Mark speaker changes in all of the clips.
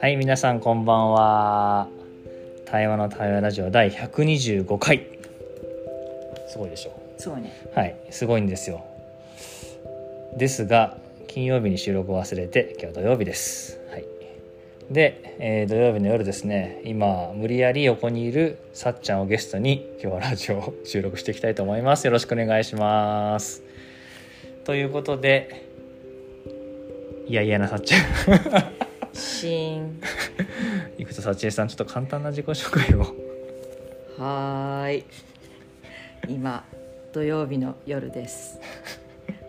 Speaker 1: はい皆さんこんばんは対話の対話ラジオ第125回すごいでしょ
Speaker 2: すごいね
Speaker 1: はいすごいんですよですが金曜日に収録を忘れて今日土曜日ですはいで、えー土曜日の夜ですね今無理やり横にいるさっちゃんをゲストに今日はラジオを収録していきたいと思いますよろしくお願いしますということでいやいやなさっちゃん
Speaker 2: シーン
Speaker 1: 生田幸恵さんちょっと簡単な自己紹介を
Speaker 2: はーい今土曜日の夜です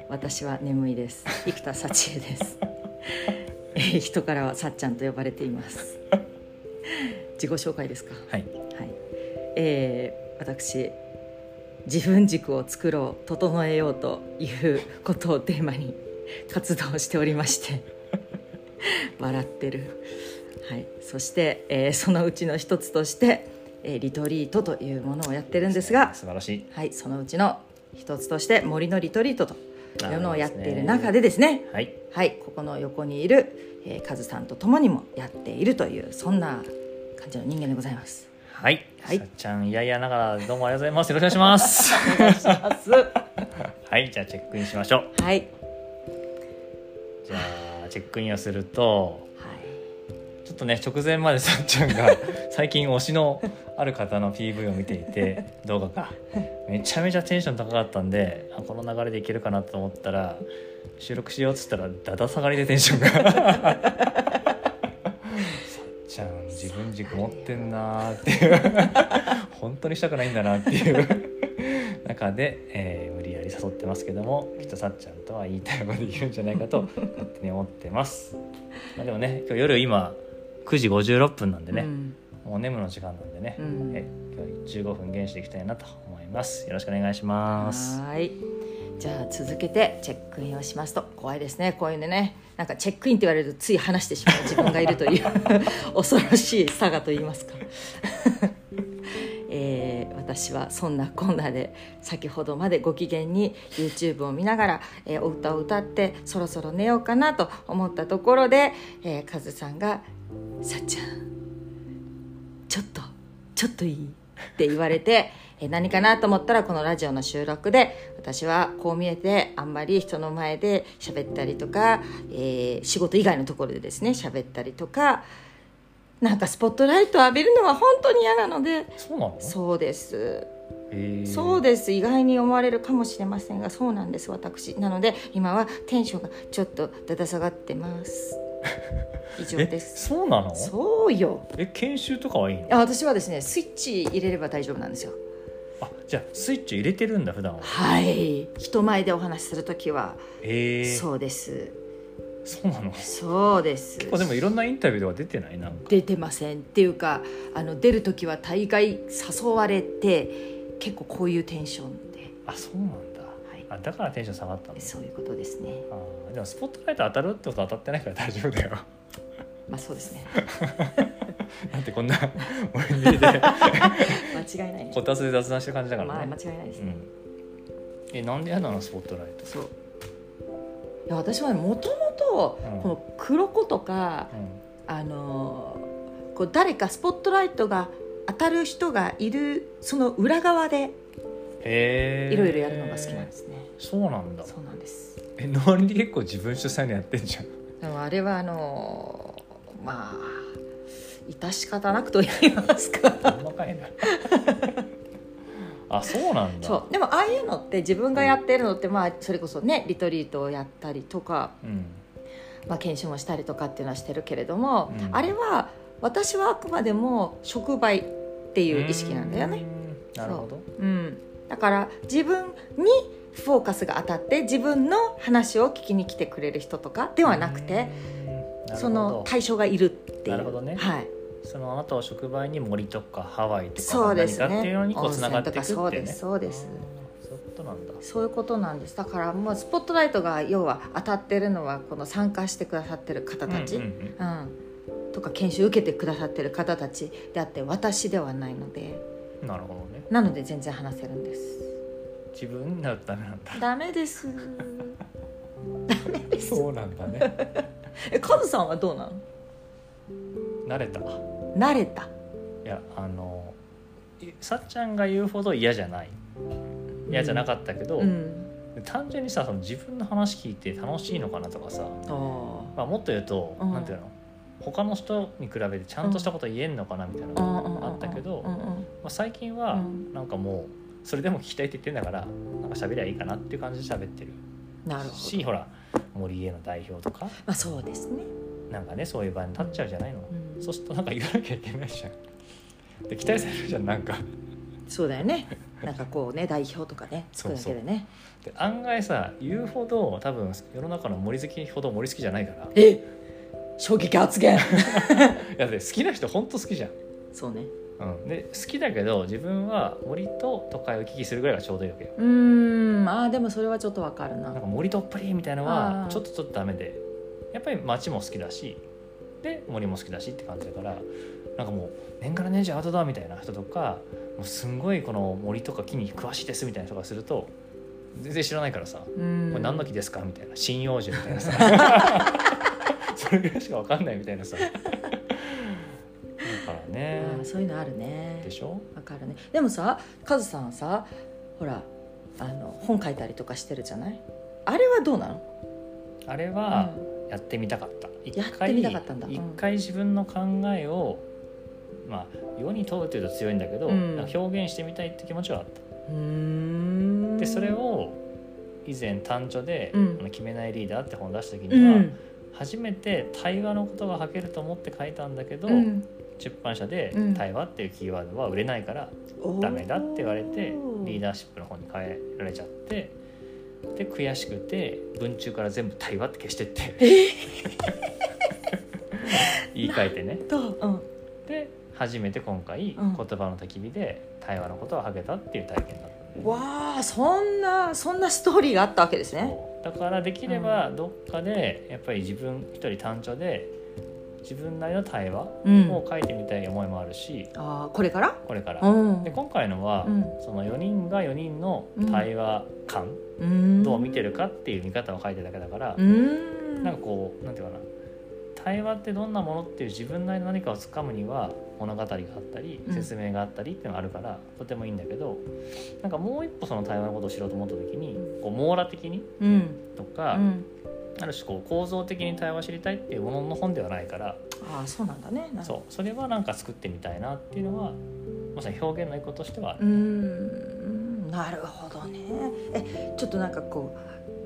Speaker 2: 私は眠いです生田幸恵ですえー人からはさっちゃんと呼ばれています自己紹介ですか
Speaker 1: はい
Speaker 2: はい、えー私自分軸を作ろう整えようということをテーマに 活動しておりまして 笑ってる、はい、そして、えーそのうちの一つとして、えーリトリートというものをやってるんですが、
Speaker 1: 素晴らしい
Speaker 2: はい、そのうちの一つとして森のリトリートというのをやっている中
Speaker 1: で
Speaker 2: でですね
Speaker 1: はい
Speaker 2: はい、ここの横にいる、えーカズさんと共にもやっているというそんな感じの人間でございます。
Speaker 1: はい、
Speaker 2: はい
Speaker 1: さっちゃんいやいやながらどうもありがとうございますよろしくお願いします
Speaker 2: お願いします
Speaker 1: はいじゃあチェックインしましょう
Speaker 2: はい。
Speaker 1: じゃあチェックインをすると
Speaker 2: はい。
Speaker 1: ちょっとね直前までさっちゃん が最近推しのある方の PV を見ていて動画がめちゃめちゃテンション高かったんであこの流れでいけるかなと思ったら収録しようっつったらだだ下がりでテンションが さっちゃん自分軸持ってんなーっていう 本当にしたくないんだなっていう中で、えー無理やり誘ってますけどもきっとさっちゃんとは言いたいこと言うんじゃないか と勝手に思ってます、まあ、でもね今日夜今9時56分なんでね、
Speaker 2: うん
Speaker 1: もう眠の時間なんでね、
Speaker 2: うん
Speaker 1: え今日15分減していきたいなと思いますよろしくお願いします
Speaker 2: はーい。じゃあ続けてチェックインをしますと怖いですねこういうのねなんかチェックインって言われるとつい話してしまう自分がいると いう恐ろしい差がと言いますか、 えー私はそんなこんなで先ほどまでご機嫌に YouTube を見ながら、えーお歌を歌ってそろそろ寝ようかなと思ったところで、えー、カズさんが「さっちゃんちょっとちょっといい?」って言われて えー何かなと思ったらこのラジオの収録で私はこう見えてあんまり人の前で喋ったりとか、えー仕事以外のところでですね喋ったりとかなんかスポットライトを浴びるのは本当に嫌なので
Speaker 1: そうなの
Speaker 2: そうです
Speaker 1: へー
Speaker 2: そうです意外に思われるかもしれませんがそうなんです私なので今はテンションがちょっとだだ下がってます 以上
Speaker 1: え
Speaker 2: です
Speaker 1: そうなの
Speaker 2: そうよ
Speaker 1: え研修とかはいいの
Speaker 2: あ私はですねスイッチ入れれば大丈夫なんですよ
Speaker 1: あじゃあスイッチ入れてるんだ普段は
Speaker 2: はい人前でお話しするときは、
Speaker 1: へえそう
Speaker 2: そうです
Speaker 1: なの結
Speaker 2: そうです
Speaker 1: 構でもいろんなインタビューとか出てないなんか
Speaker 2: 出てませんっていうかあの出るときは大概誘われて結構こういうテンションで、
Speaker 1: あそうなんだ
Speaker 2: はい、
Speaker 1: あだからテンション下がったの
Speaker 2: そういうことですね
Speaker 1: あーでもスポットライト当たるってことは当たってないから大丈夫だよ
Speaker 2: まあそうですね
Speaker 1: だってこんな 俺にで
Speaker 2: 間違いないね
Speaker 1: こたつで雑談してる感じだか
Speaker 2: ま
Speaker 1: ら
Speaker 2: あ
Speaker 1: ね、
Speaker 2: 間違いないです
Speaker 1: う
Speaker 2: ね、
Speaker 1: んえなんで嫌なのスポットライト
Speaker 2: そういや私はねもともと
Speaker 1: うん
Speaker 2: この黒子とか、
Speaker 1: う
Speaker 2: あのーこう誰かスポットライトが当たる人がいるその裏側で
Speaker 1: んへえ
Speaker 2: いろいろやるのが好きなんですね、
Speaker 1: そうなんだ
Speaker 2: そうなんです
Speaker 1: えノリ結構自分主催のやってんじゃ ん
Speaker 2: でもあれはあのーまあ致し方なくと言いますか
Speaker 1: 細かいな あそうなんだ
Speaker 2: そうでもああいうのって自分がやってるのって、まあ、それこそねリトリートをやったりとか、
Speaker 1: うん、
Speaker 2: まあ、研修もしたりとかっていうのはしてるけれども、
Speaker 1: うん
Speaker 2: あれは私はあくまでも触媒っていう意識なんだよね。
Speaker 1: うーんなるほど
Speaker 2: うん、だから自分にフォーカスが当たって自分の話を聞きに来てくれる人とか
Speaker 1: で
Speaker 2: ではなくてそ
Speaker 1: そ
Speaker 2: の
Speaker 1: の
Speaker 2: 対象がいるっていう。
Speaker 1: なるほどね
Speaker 2: はい
Speaker 1: そのあなたを触媒に森とかハワイと
Speaker 2: そ
Speaker 1: か
Speaker 2: うです
Speaker 1: 何
Speaker 2: ね
Speaker 1: かっていうのにこうつながっていくっていうね
Speaker 2: 温泉とかそうですそうです
Speaker 1: あーそういうことなんだ
Speaker 2: そういうことなんですだからもうスポットライトが要は当たってるのはこの参加してくださってる方たち、
Speaker 1: う
Speaker 2: うんん
Speaker 1: うんうん
Speaker 2: とか研修受けてくださってる方たちであって私ではないので
Speaker 1: なるほどね
Speaker 2: なので全然話せるんです
Speaker 1: 自分だったらダメなんだ
Speaker 2: ダメですメです
Speaker 1: そうなんだね
Speaker 2: えカズさんはどうなの
Speaker 1: 慣れたい
Speaker 2: 慣れた
Speaker 1: やあのいさっちゃんが言うほど嫌じゃない嫌じゃなかったけど、
Speaker 2: うん
Speaker 1: 単純にさその自分の話聞いて楽しいのかなとかさ、
Speaker 2: あー
Speaker 1: まあ、もっと言うと、
Speaker 2: うん
Speaker 1: なんていうの他の人に比べてちゃんとしたこと言えんのかなみたいな
Speaker 2: う
Speaker 1: の
Speaker 2: ん
Speaker 1: が
Speaker 2: うんうんうん
Speaker 1: あったけど、
Speaker 2: う
Speaker 1: ま
Speaker 2: んうん
Speaker 1: あ、最近は
Speaker 2: うん
Speaker 1: なんかもうそれでも聞きたいって言ってんだからなんか喋りゃいいかなっていう感じで喋ってる
Speaker 2: なるほど、
Speaker 1: しほら森への代表とか
Speaker 2: まあ、そうですね、
Speaker 1: なんかねそういう場に立っちゃうじゃないの、
Speaker 2: うん
Speaker 1: そうするとなんか言わなきゃいけないじゃんで期待されるじゃんなんか
Speaker 2: そうだよねなんかこうね代表とか ねつ
Speaker 1: そ
Speaker 2: く
Speaker 1: う
Speaker 2: だ
Speaker 1: そう
Speaker 2: けでね
Speaker 1: で案外さ言うほど多分世の中の森好きほど森好きじゃないからい
Speaker 2: え衝撃発言
Speaker 1: やで好きな人ほんと好きじゃん、
Speaker 2: そうね
Speaker 1: うん、で好きだけど自分は森と都会を行き来するぐらいがちょうどいいわけよ
Speaker 2: うーんあーでもそれはちょっとわかる
Speaker 1: な
Speaker 2: な
Speaker 1: んか森どっぷりみたいの
Speaker 2: あー
Speaker 1: はちょっとちょっとダメでやっぱり街も好きだしで森も好きだしって感じだからなんかもう年がら年中アウトドアみたいな人とかもうすんごいこの森とか木に詳しいですみたいな人がすると全然知らないからさ「こ
Speaker 2: うーん
Speaker 1: れ何の木ですか?」みたいな「針葉樹」みたいなさそれぐらいしか分かんないみたいなさだから
Speaker 2: あ
Speaker 1: ね
Speaker 2: ーそういうのあるね
Speaker 1: でしょ
Speaker 2: わかるねでもさカズさんさほらあの本書いたりとかしてるじゃないあれはどうなの
Speaker 1: あれはやってみたかった一
Speaker 2: やってみたかったんだうん
Speaker 1: 一回自分の考えを、まあ、世に問うというと強いんだけど、
Speaker 2: うん
Speaker 1: なんか表現してみたいって気持ちはあった
Speaker 2: うんうーん
Speaker 1: でそれを以前単著で「
Speaker 2: うん
Speaker 1: あの決めないリーダー」って本を出した時
Speaker 2: う
Speaker 1: には、
Speaker 2: ん
Speaker 1: 初めて対話のことが書けると思って書いたんだけど、
Speaker 2: うん
Speaker 1: 出版社で
Speaker 2: うん
Speaker 1: 「対話」っていうキーワードは売れないからダメだって言われてリーダーシップの方に変えられちゃってで悔しくて文中から全部「対話」って消してって 言い換えてね
Speaker 2: ーと、うん、
Speaker 1: で初めて今回「言
Speaker 2: うん
Speaker 1: 葉の焚き火」で対話のことをはげたっていう体験だったんで
Speaker 2: わあそんなそんなストーリーがあったわけですね
Speaker 1: そうだからできればどっかでやっぱり自分一人単調で自分なりの対話
Speaker 2: うん
Speaker 1: を書いてみたい思いもあるし
Speaker 2: ああこれから
Speaker 1: これから
Speaker 2: うん
Speaker 1: で今回のは
Speaker 2: うん
Speaker 1: その4人が4人の対話感、
Speaker 2: うん
Speaker 1: どう見てるかっていう見方を書いてるだけだから、
Speaker 2: うん
Speaker 1: なんかこうなんていうかな対話ってどんなものっていう自分なりの何かをつかむには物語があったり
Speaker 2: うん
Speaker 1: 説明があったりっていうのがあるから、とてもいいんだけどなんかもう一歩その対話のことを知ろうと思った時にこう網羅的に
Speaker 2: うん
Speaker 1: と
Speaker 2: う
Speaker 1: か、
Speaker 2: ん
Speaker 1: ある種こう構造的に対話を知りたいっていうものの本ではないから
Speaker 2: ああそうなんだねなんか
Speaker 1: そうそれはなんか作ってみたいなっていうのはまさに表現の一個としてはあ
Speaker 2: うー
Speaker 1: る
Speaker 2: んなるほどねえちょっとなんかこ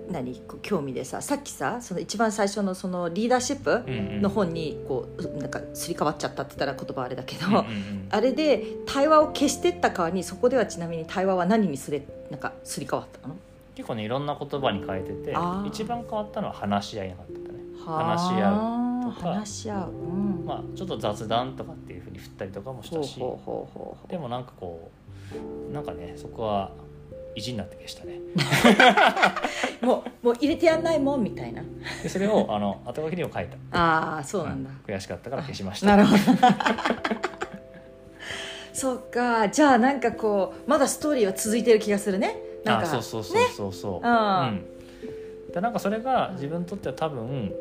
Speaker 2: う何こう興味でささっきさその一番最初のそのリーダーシップ
Speaker 1: うんうん
Speaker 2: の本にこうなんかすり替わっちゃったって言ったら言葉あれだけど、
Speaker 1: うんうんうん
Speaker 2: あれで対話を消してった代わりにそこではちなみに対話は何にすれなんかすり替わったの
Speaker 1: 結構ねいろんな言葉に変えてて
Speaker 2: あー
Speaker 1: 一番変わったのは話し合いなかったね話し
Speaker 2: は
Speaker 1: 合う
Speaker 2: あ
Speaker 1: とか
Speaker 2: 話し合う、うん
Speaker 1: まあちょっと雑談とかっていうふうに振ったりとかもし
Speaker 2: ほう
Speaker 1: たし
Speaker 2: ほうほうほうほう
Speaker 1: でもなんかこうなんかねそこは意地になって消した ね
Speaker 2: もうもう入れてやんないもんみたいな
Speaker 1: でそれをあの後書きにも書いた
Speaker 2: ああそうなんだ、
Speaker 1: うん悔しかったから消しました
Speaker 2: なるほど そっかじゃあなんかこうまだストーリーは続いてる気がするねなん
Speaker 1: あ
Speaker 2: か
Speaker 1: そうそうそうそうそう、
Speaker 2: あ
Speaker 1: うんでなんかそれが自分にとっては多分、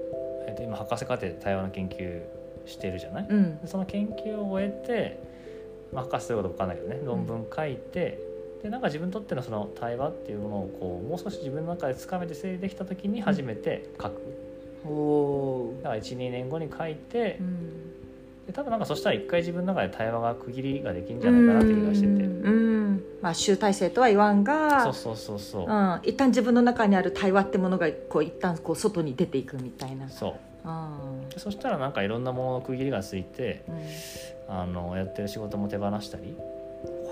Speaker 1: えっと、今博士課程で対話の研究してるじゃない、
Speaker 2: うん
Speaker 1: でその研究を終えて、まあ、博士ということは分かんないけどね論文書いて、でなんか自分にとってのその対話っていうものをこうもう少し自分の中でつかめて整理できた時に初めて書く
Speaker 2: おお
Speaker 1: だから12年後に書いて
Speaker 2: ー、うん
Speaker 1: で多分なんかそしたら一回自分の中で対話が区切りができるんじゃないかなって気がしてて、
Speaker 2: うんうんまあ集大成とは言わんが
Speaker 1: そうそうそうそう、
Speaker 2: うん、一旦自分の中にある対話ってものがこう一旦こう外に出ていくみたいな
Speaker 1: そう
Speaker 2: うん
Speaker 1: でそしたらなんかいろんなものの区切りがついて
Speaker 2: うん
Speaker 1: あのやってる仕事も手放したり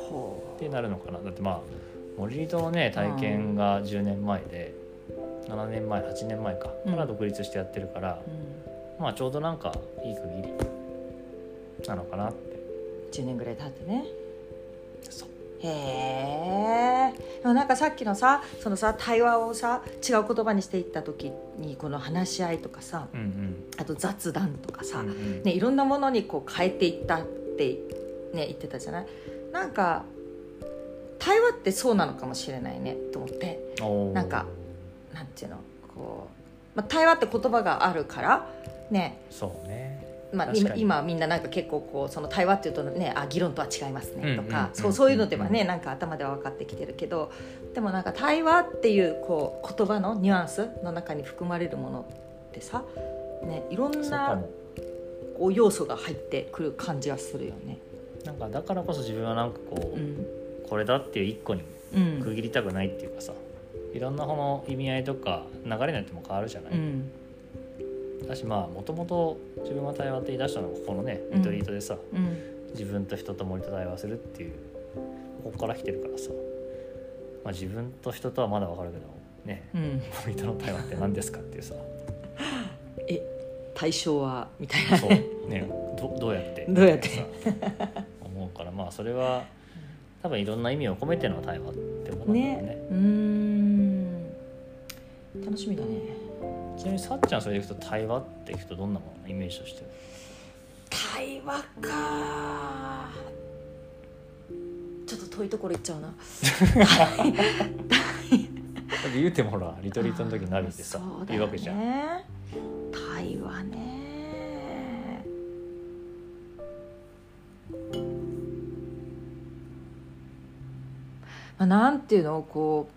Speaker 2: ほ
Speaker 1: ってなるのかなだってまあ森リのね体験が10年前で7年前8年前か
Speaker 2: うん
Speaker 1: から独立してやってるから
Speaker 2: う、、うん、
Speaker 1: まあちょうどなんかいい区切りなのかなって
Speaker 2: 10年ぐらい経ってね
Speaker 1: そう
Speaker 2: へえでもなんかさっきのさそのさ対話をさ違う言葉にしていった時にこの話し合いとかさ
Speaker 1: うんうん
Speaker 2: あと雑談とかさ、
Speaker 1: うんうん
Speaker 2: ね、いろんなものにこう変えていったって、ね、言ってたじゃないなんか対話ってそうなのかもしれないねと思って
Speaker 1: おー
Speaker 2: なんかなんていうのこうまあ、対話って言葉があるからね
Speaker 1: そうね
Speaker 2: まあ、
Speaker 1: 確か
Speaker 2: 今
Speaker 1: に
Speaker 2: 今みんななんか結構こうその対話っていうとねあ議論とは違いますねと
Speaker 1: うんうんうん
Speaker 2: か
Speaker 1: うん
Speaker 2: そうそういうのではねなんか頭では分かってきてるけどでもなんか対話っていうこう言葉のニュアンスの中に含まれるものってさ、ね、いろん
Speaker 1: そうか
Speaker 2: な
Speaker 1: も
Speaker 2: こう要素が入ってくる感じがするよね。
Speaker 1: なんかだからこそ自分はなんかこ
Speaker 2: う
Speaker 1: う、
Speaker 2: ん
Speaker 1: これだっていう一個に
Speaker 2: うん
Speaker 1: 区切りたくないっていうかさいろんなこの意味合いとか流れによっても変わるじゃない、
Speaker 2: うん
Speaker 1: だしまあもともと自分が対話って言い出したのがここのね
Speaker 2: うん
Speaker 1: リトリートでさ、
Speaker 2: うん
Speaker 1: 自分と人と森と対話するっていうここから来てるからさ、まあ、自分と人とはまだわかるけどね
Speaker 2: うん、
Speaker 1: 森との対話って何ですかっていう さ
Speaker 2: え対象はみたいな
Speaker 1: そう
Speaker 2: ね。
Speaker 1: ねどどうやって
Speaker 2: どうやって
Speaker 1: さ思うからまあそれは多分いろんな意味を込めての対話ってことなんだよね
Speaker 2: ねうーん楽しみだね。
Speaker 1: ちなみにさっちゃんそれでいくと対話っていくとどんなものイメージとして
Speaker 2: 対話かちょっと遠いところ行っちゃうな
Speaker 1: だって言うてもほらリトリートの時に鍋でさ、
Speaker 2: あーそうだ
Speaker 1: 言
Speaker 2: よ
Speaker 1: うわけじゃん
Speaker 2: ね対話ねまあなんていうのこ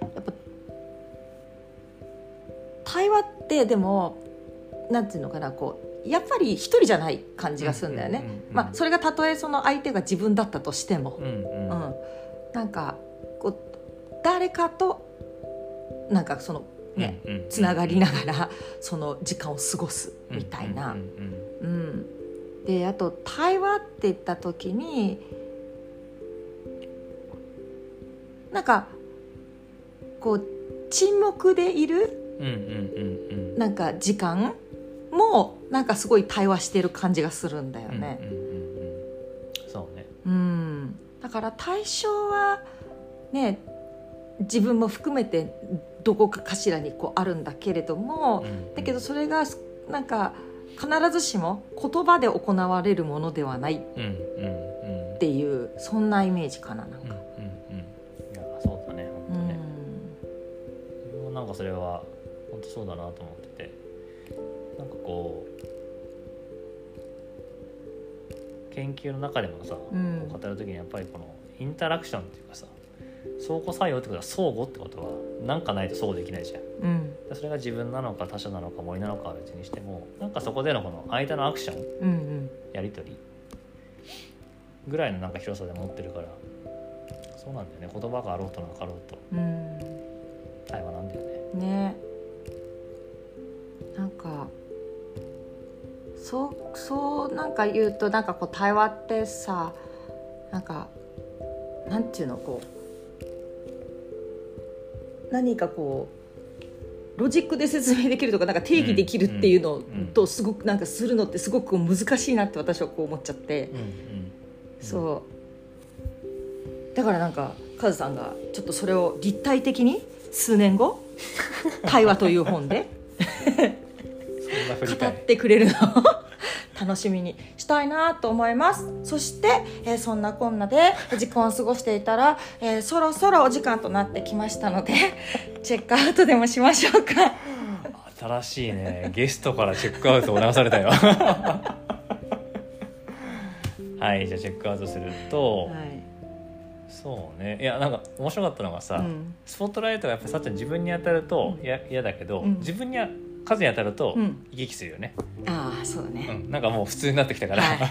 Speaker 2: うやっぱ対話ってでもなんていうのかなこうやっぱり一人じゃない感じがするんだよね、
Speaker 1: うんうんうんうん
Speaker 2: まあ、それがたとえその相手が自分だったとしても、
Speaker 1: うんうん、
Speaker 2: う
Speaker 1: うん
Speaker 2: ん、なんかこう誰かとなんかそのね、
Speaker 1: うん
Speaker 2: つながりながらその時間を過ごすみたいな。
Speaker 1: うんうん
Speaker 2: うん、であと対話って言った時になんかこう沈黙でいる
Speaker 1: うんうんうんうん
Speaker 2: なんか時間もなんかすごい対話してる感じがするんだよね。
Speaker 1: うんうんうんうんそうね
Speaker 2: うん、だから対象はね自分も含めてどこかかしらにこうあるんだけれどもだけどそれがなんか必ずしも言葉で行われるものではないっ
Speaker 1: うんうんうんうん
Speaker 2: ていうそんなイメージかななん
Speaker 1: うん
Speaker 2: か。
Speaker 1: うんうんいやそうだね本当
Speaker 2: う
Speaker 1: ね、
Speaker 2: ん
Speaker 1: 自分もなんかそれは本当そうだなと思っててなんかこう研究の中でもさ、
Speaker 2: うん
Speaker 1: こう語る時にやっぱりこのインタラクションっていうかさ相互作用ってことは相互ってことは何かないと相互できないじゃん
Speaker 2: うん
Speaker 1: でそれが自分なのか他者なのか森なのかは別にしてもなんかそこでのこの間のアクション
Speaker 2: うんうん
Speaker 1: やり取りぐらいのなんか広さで持ってるからそうなんだよね言葉があろうとなかろうと
Speaker 2: うん
Speaker 1: 対話なんだよね
Speaker 2: ねなんかそうそうなんか言うとなんかこう対話ってさなんかなんていうのこう何かこうロジックで説明できるとかなんか定義できるっていうの
Speaker 1: うんうん
Speaker 2: とすごくなんかするのってすごく難しいなって私はこう思っちゃって
Speaker 1: うんうん
Speaker 2: そうだからなんかカズさんがちょっとそれを立体的に数年 後「対話」という本で
Speaker 1: そんな振り
Speaker 2: 語
Speaker 1: 返
Speaker 2: っ
Speaker 1: り
Speaker 2: てくれるの を楽しみにしたいなと思いますそして、えーそんなこんなで時間を過ごしていたら、えーそろそろお時間となってきましたの でチェックアウトでもしましょうか
Speaker 1: 新しいねゲストからチェックアウトを促された よはいじゃあチェックアウトすると、
Speaker 2: い、
Speaker 1: そうねいやなんか面白かったのがさ、
Speaker 2: うん
Speaker 1: スポットライトがやっぱさっちゃん自分に当たるといや嫌だけど、
Speaker 2: うん
Speaker 1: 自分には数に当たると
Speaker 2: うん
Speaker 1: 生き生きするよね、
Speaker 2: ああそうだ
Speaker 1: う
Speaker 2: ね、
Speaker 1: んなんかもう普通になってきたから、
Speaker 2: はい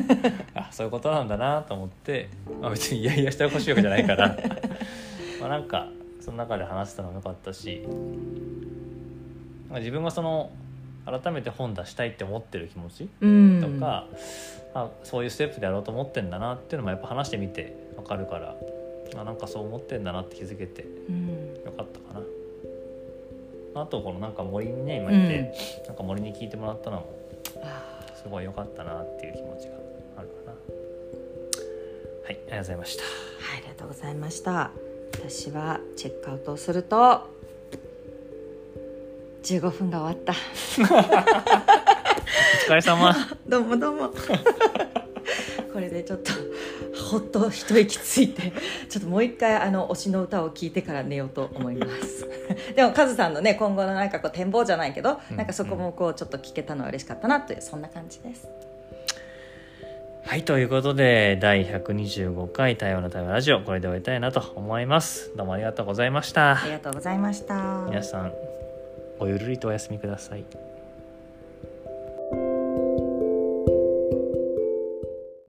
Speaker 1: あそういうことなんだなと思って、まあ、別にいやいやしてほしいわけじゃないから まあなんかその中で話せたのも良かったしなんか自分がその改めて本出したいって思ってる気持ち
Speaker 2: うん
Speaker 1: とか、あそういうステップでやろうと思ってんだなっていうのもやっぱ話してみて分かるからあなんかそう思ってんだなって気づけて
Speaker 2: うん
Speaker 1: よかったかなあとこのなんか森にね今いて、なんか森に聞いてもらったのも
Speaker 2: あ
Speaker 1: すごい良かったなっていう気持ちがあるかなはいありがとうございました
Speaker 2: ーはいありがとうございました私はチェックアウトをすると15分が終わった
Speaker 1: お疲れ様
Speaker 2: どうもどうも。 これでちょっとほっと一息ついてちょっともう一回あの推しの歌を聴いてから寝ようと思います でもカズさんのね今後のなんかこう展望じゃないけど、
Speaker 1: うん
Speaker 2: なんかそこもこうちょっと聞けたのは嬉しかったなというそんな感じです
Speaker 1: はい、ということで、第125回太陽の対話ラジオ、これで終えたいなと思います。どうもありがとうございました
Speaker 2: あ。りがとうございました
Speaker 1: 皆さん、おゆるりとお休みください。